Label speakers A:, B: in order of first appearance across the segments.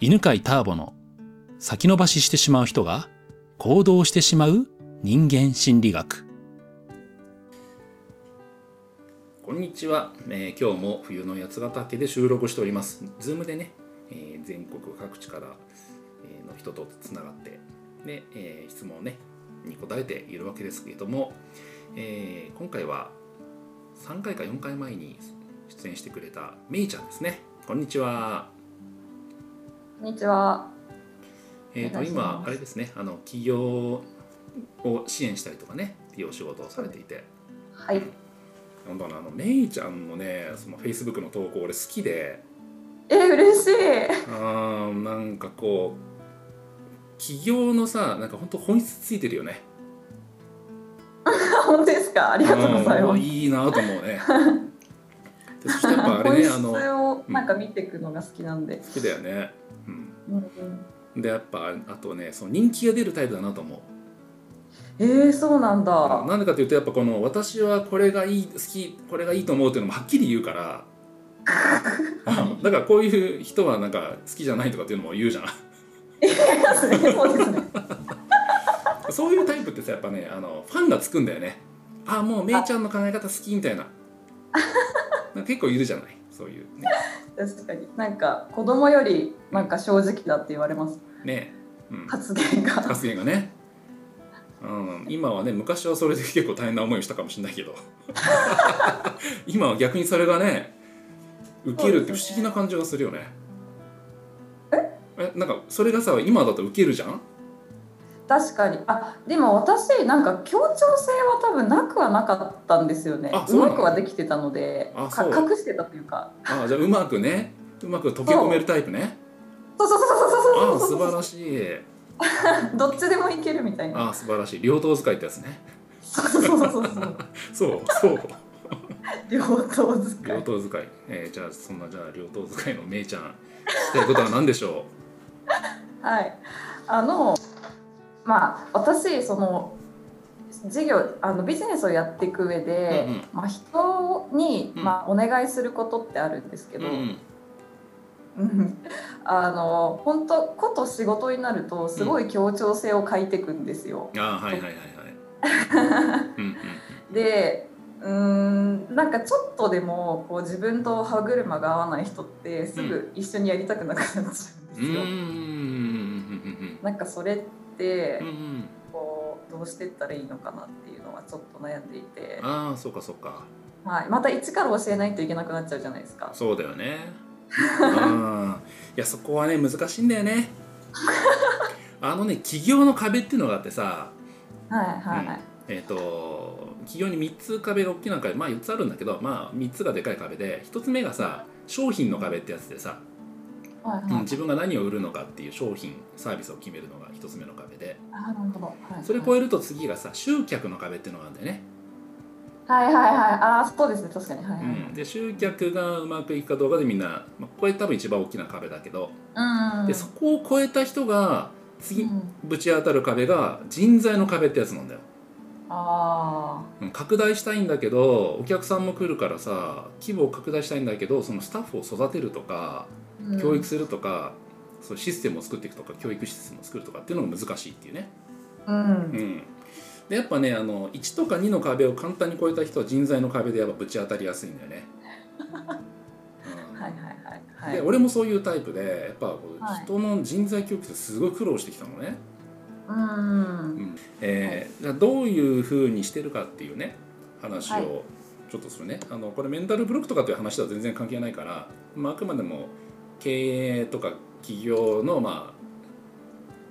A: 犬飼ターボの先延ばししてしまう人が行動してしまう人間心理学こんにちは、えー今日も冬の八ヶ岳で収録しておりますズームでね、えー全国各地から、えーの人とつながってで、えー質問をねに答えているわけですけれども、えー今回は3回か4回前に出演してくれためいちゃんですねこんにちは
B: こんにちは。
A: えー、
B: お
A: と
B: 願いし
A: 今
B: ます
A: あれですねあの起業を支援したりとかねっていうお仕事をされていて
B: はい。
A: なんだろうなあのメイちゃんのねそのフェイスブックの投稿俺好きで
B: えー、嬉しい。
A: あーなんかこう起業のさなんか本当本質ついてるよ ね
B: 本当ですか。ありがとうござい
A: あ
B: ま
A: ー
B: す。
A: いいなと思う ねでそしてやっぱあれねあの
B: 本質を
A: うん
B: なんか見ていくのが好きなんで。
A: 好きだよね、う
B: うんうん、
A: ん、でやっぱあとねその人気が出るタイプだなと思う
B: えー、そうなんだ。
A: なんでかというとやっぱこの私はこれがいい好きこれがいいと思うっていうのもはっきり言うからうんだからこういう人はなんか好きじゃないとかっていうのも言うじゃん
B: そうですね。
A: そういうタイプってさやっぱねあのファンがつくんだよねあもうめいちゃんの考え方好きみたいななんか結構いるじゃないそういうね
B: 確かに。なんか子供よりなんか正直だって言われます。
A: ねうん、
B: 発言が。
A: 発言がね、うん、今はね昔はそれで結構大変な思いをしたかもしれないけど 今は逆にそれがね受けるって不思議な感じがするよねえなんかそれがさ今だと受けるじゃん
B: 確かに。あ、でも私なんか協調性は多分なくはなかったんですよね
A: あ。
B: う
A: そうなの
B: まくはできてたので、
A: あ
B: か
A: そう
B: 隠してたというか。
A: あじゃあうまくねうまく溶け込めるタイプね
B: そうそうそう
A: あ
B: そうそ
A: 素
B: うそう
A: 晴
B: そう
A: らしい
B: そう。どっちでもいけるみたいな。
A: あ素晴らしい両頭使いってやつね
B: そうそうそうそうそう。
A: そうそう
B: 両頭使
A: 両
B: い。
A: 頭使い、えーじゃあそんなじゃあ両頭使いのめいちゃんしたいことは何でしょ
B: はい。あの、まあ、私、その。事業、あのビジネスをやっていく上で、
A: うんうん
B: まあ、人に、
A: うん
B: まあ、お願いすることってあるんですけ
A: う、
B: ど。
A: うん
B: うん あの、本当、こと仕事になると、すごい協調性を欠いていくんですよ。
A: うん、あはいはいはいはいうん うん
B: で。うーんなんかちょっとでもこう自分と歯車が合わない人ってすぐ一緒にやりたくなくなっちゃうんです
A: うーんうん
B: よ。
A: うん
B: なんかそれって
A: うんうんうんうん
B: こうどうしていったらいいのかなっていうのはちょっと悩んでいて、
A: ああそうかそうか
B: はい、また一から教えないといけなくなっちゃうじゃないですか。
A: そうだよね うんいやそこはね難しいんだよ ねあのね企業の壁っていうのがあってさ
B: はいはいはい。
A: えっ、と企業に3つ壁が大きな壁まあ4つあるんだけどまあ3つがでかい壁で1つ目がさ商品の壁ってやつでさ、
B: はい
A: うん
B: はい。
A: 自分が何を売るのかっていう商品サービスを決めるのが1つ目の壁で
B: あなるほど。はい、
A: それ超えると次がさ集客の壁っていうのがあるんだよね
B: はいはいはい。ああそうですね確かにはいはい。う
A: うん、で集客がうまくいくかどうかでみんな、まあ、これ多分一番大きな壁だけど、
B: んうん。
A: でそこを超えた人が次
B: うん
A: ぶち当たる壁が人材の壁ってやつなんだよ、
B: あ
A: うん、拡大したいんだけどお客さんも来るからさ規模を拡大したいんだけどそのスタッフを育てるとか
B: あ、うん
A: 教育。するとか、そうシステムを作っていくとか教育システムを作るとかっていうのが難しいっていうね、
B: う。
A: うんん、でやっぱねあの1とか2の壁を簡単に超えた人は人材の壁でやっぱぶち当たりやすいんだよ ね、うん
B: はいはいはいはい。
A: で俺もそういうタイプでやっぱこう
B: はい
A: 人の人材教育ってすごい苦労してきたのね、
B: うん。
A: えーじゃあどういうふうにしてるかっていうね話
B: はい
A: をちょっとするね、あのこれメンタルブロックとかっていう話とは全然関係ないから、まあ、あくまでも経営とか企業のま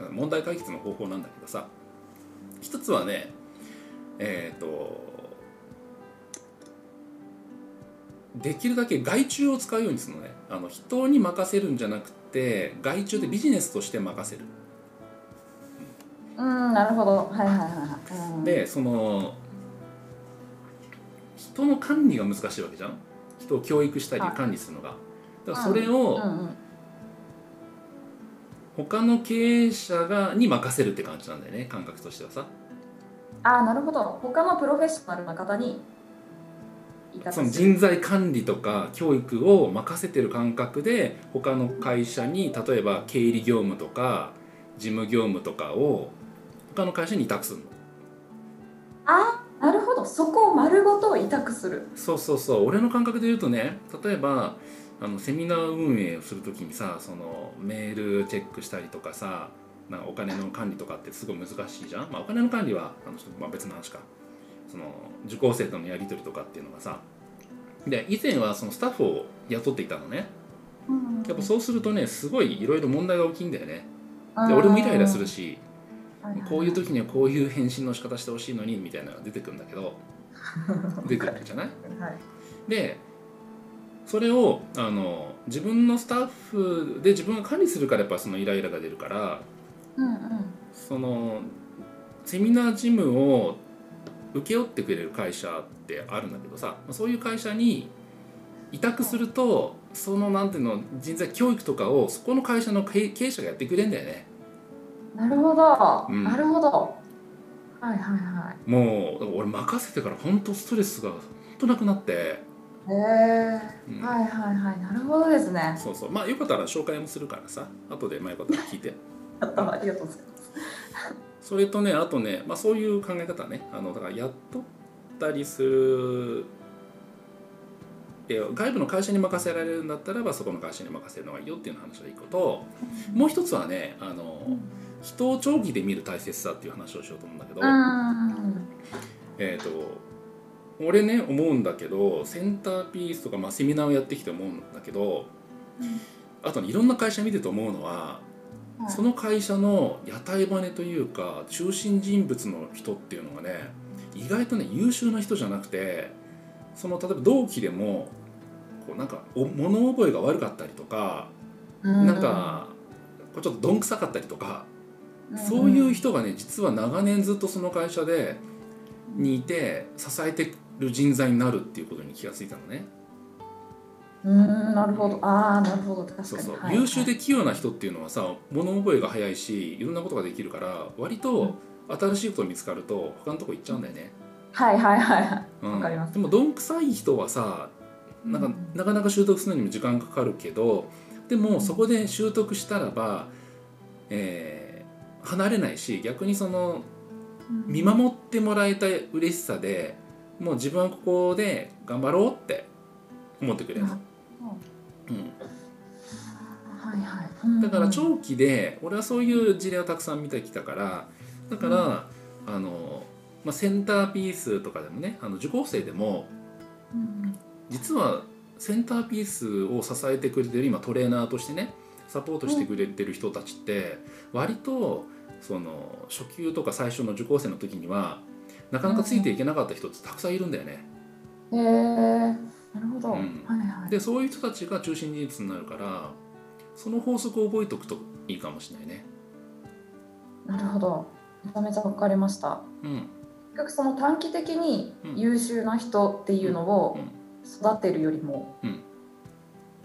A: あ問題解決の方法なんだけどさ一つはねえっ、とできるだけ外注を使うようにするのねあの人に任せるんじゃなくて外注でビジネスとして任せる
B: うんなるほどはいはいはいはい。うん、
A: でその人の管理が難しいわけじゃん人を教育したり
B: はい
A: 管理するのが、だから
B: う
A: そ
B: ん
A: れ
B: うん
A: を
B: うん。
A: 他の経営者がに任せるって感じなんだよね感覚としてはさ
B: ああなるほど。他のプロフェッショナルな方に言い方
A: その
B: する
A: 人材管理とか教育を任せてる感覚で他の会社に例えば経理業務とか事務業務とかを他の会社に委託するの
B: あなるほどそこを丸ごと委託する
A: そうそうそう俺の感覚で言うとね例えばあのセミナー運営をする時にさそのメールチェックしたりとかさなんかお金の管理とかってすごい難しいじゃん、まあ、お金の管理はあの、ちょっとまあ、別の話かその受講生とのやり取りとかっていうのがさで以前はそのスタッフを雇っていたのねやっぱそうするとねすごいいろいろ問題が大きいんだよねで俺もイライラするしこういう時にはこういう返信の仕方してほしいのにみたいなのが出てくるんだけど出てくるわけじゃない
B: はい
A: でそれをあの自分のスタッフで自分が管理するからやっぱそのイライラが出るから
B: うんうん
A: そのセミナー事務を請け負ってくれる会社ってあるんだけどさまあそういう会社に委託するとそのなんていうの人材教育とかをそこの会社の経経営者がやってくれるんだよね
B: なるほど、
A: うん
B: なるほどはいはいはい
A: もう俺任せてから本当ストレスが本当なくなって、
B: へえ
A: うん
B: はいはいはいなるほどですね
A: そうそうまあよかったら紹介もするからさ後でまあよかったら聞いて
B: やったありがとうございます
A: それとねあとね、まあ、そういう考え方ねあのだからやっとったりするえ外部の会社に任せられるんだったらばそこの会社に任せるのがいいよっていう話がいいこともう一つはねあの、人を長期で見る大切さっていう話をしようと思うんだけど、
B: うん
A: えっ、と俺ね思うんだけどセンターピースとか、まあ、セミナーをやってきて思うんだけど、
B: うん
A: あとねいろんな会社見てて思うのは
B: はい
A: その会社の屋台骨というか中心人物の人っていうのがね意外とね優秀な人じゃなくてその例えば同期でもこうなんかお物覚えが悪かったりとか、なんかこうちょっとどんくさかったりとか、そういう人がね実は長年ずっとその会社でにいて支えてる人材になるっていうことに気がついたのね。
B: うんなるほどああなるほど確かに
A: そうそう、
B: はい
A: 優秀で器用な人っていうのはさ物覚えが早いしいろんなことができるから割と新しいこと見つかると他のとこ行っちゃうんだよね、
B: はいはいはいはい
A: うん
B: わかります
A: でもどんくさい人はさなんかなかなか習得するのにも時間かかるけどでもそこで習得したらば、えー離れないし逆にその見守ってもらえた嬉しさでもう自分はここで頑張ろうって思ってくれる、うん、
B: はいはいうん
A: だから長期で俺はそういう事例をたくさん見てきたからだから、あのまあ、センターピースとかでもねあの受講生でも
B: うん
A: 実はセンターピースを支えてくれてる今トレーナーとしてねサポートしてくれてる人たちって割とその初級とか最初の受講生の時にはなかなかついていけなかった人ってたくさんいるんだよね。
B: へえなるほど
A: う
B: はい
A: ん
B: はい
A: でそういう人たちが中心人物になるからその法則を覚えておくといいかもしれないね。
B: なるほどめちゃめちゃわかりました
A: うん
B: 結局その短期的に
A: うん
B: 優秀な人っていうのを
A: うんうん
B: 育てるよりも、
A: うん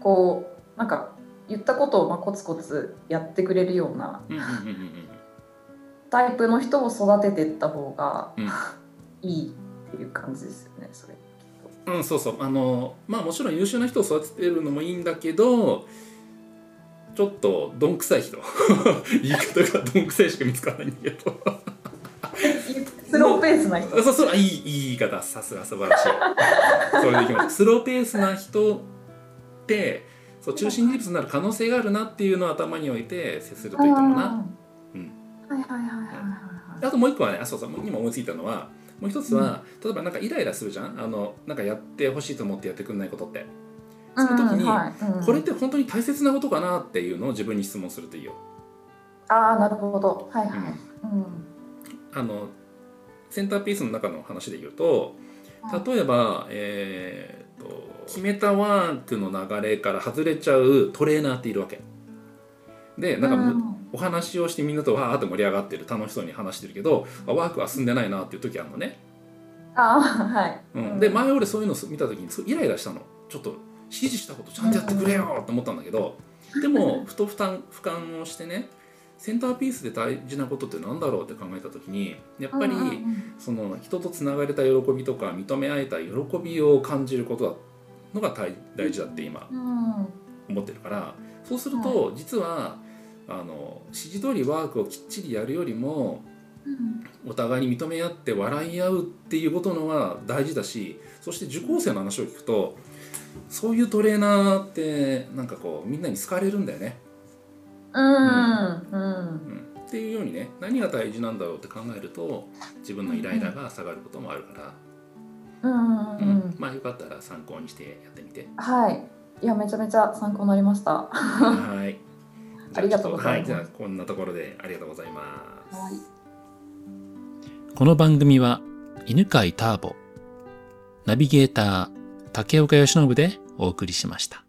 B: こうなんか言ったことをまあコツコツやってくれるような
A: うんうんうんうん
B: タイプの人を育てていった方が
A: うん
B: いいっていう感じですよねそれ。
A: うんうんそうそうあのまあもちろん優秀な人を育ててるのもいいんだけどちょっとどんくさい人 言い方がどんくさいしか見つからないんだけど
B: スローペースな人。
A: そうそうあいいいい言い方さすが素晴らしい それでいきますスローペースな人ってそう中心人物になる可能性があるなっていうのを頭に置いて接するといいかもな。
B: う
A: うん
B: ん。はいはいはいはいはいはい。
A: あともう一個はねあそうそう今思いついたのはもう一つは、例えばなんかイライラするじゃんあのなんかやってほしいと思ってやってくんないことって、その時に
B: うんはいうん
A: これって本当に大切なことかなっていうのを自分に質問するといいよ
B: ああなるほどはいはい。うん。
A: あのセンターピースの中の話で言うと例えば、えーと決めたワークの流れから外れちゃうトレーナーっているわけでなんかむ、
B: うん
A: お話をしてみんなとわーって盛り上がってる楽しそうに話してるけどあワークは進んでないなっていう時あるのね
B: ああはい。
A: うん、で前俺そういうの見た時にすごいイライラしたのちょっと指示したことちゃんとやってくれよと思ったんだけどでもふと負担俯瞰をしてねセンターピースで大事なことって何だろうって考えた時にやっぱり、
B: うんうんうん
A: その人とつながれた喜びとか認め合えた喜びを感じることだのが大大事だって今
B: うん
A: 思ってるからそうすると実はあの指示通りワークをきっちりやるよりも
B: うん
A: お互いに認め合って笑い合うっていうことのは大事だしそして受講生の話を聞くとそういうトレーナーってなんかこうみんなに好かれるんだよね。
B: うんうん
A: うん、っていうようにね何が大事なんだろうって考えると自分のイライラが下がることもあるから。
B: うんう
A: うんん、まあよかったら参考にしてやってみ て
B: はいいやめちゃめちゃ参考になりましたは
A: はい
B: ありがとうございます
A: じゃあちょっとはい、じゃあこんなところでありがとうございます
B: い
C: この番組は犬飼ターボ、ナビゲーター竹岡由伸でお送りしました。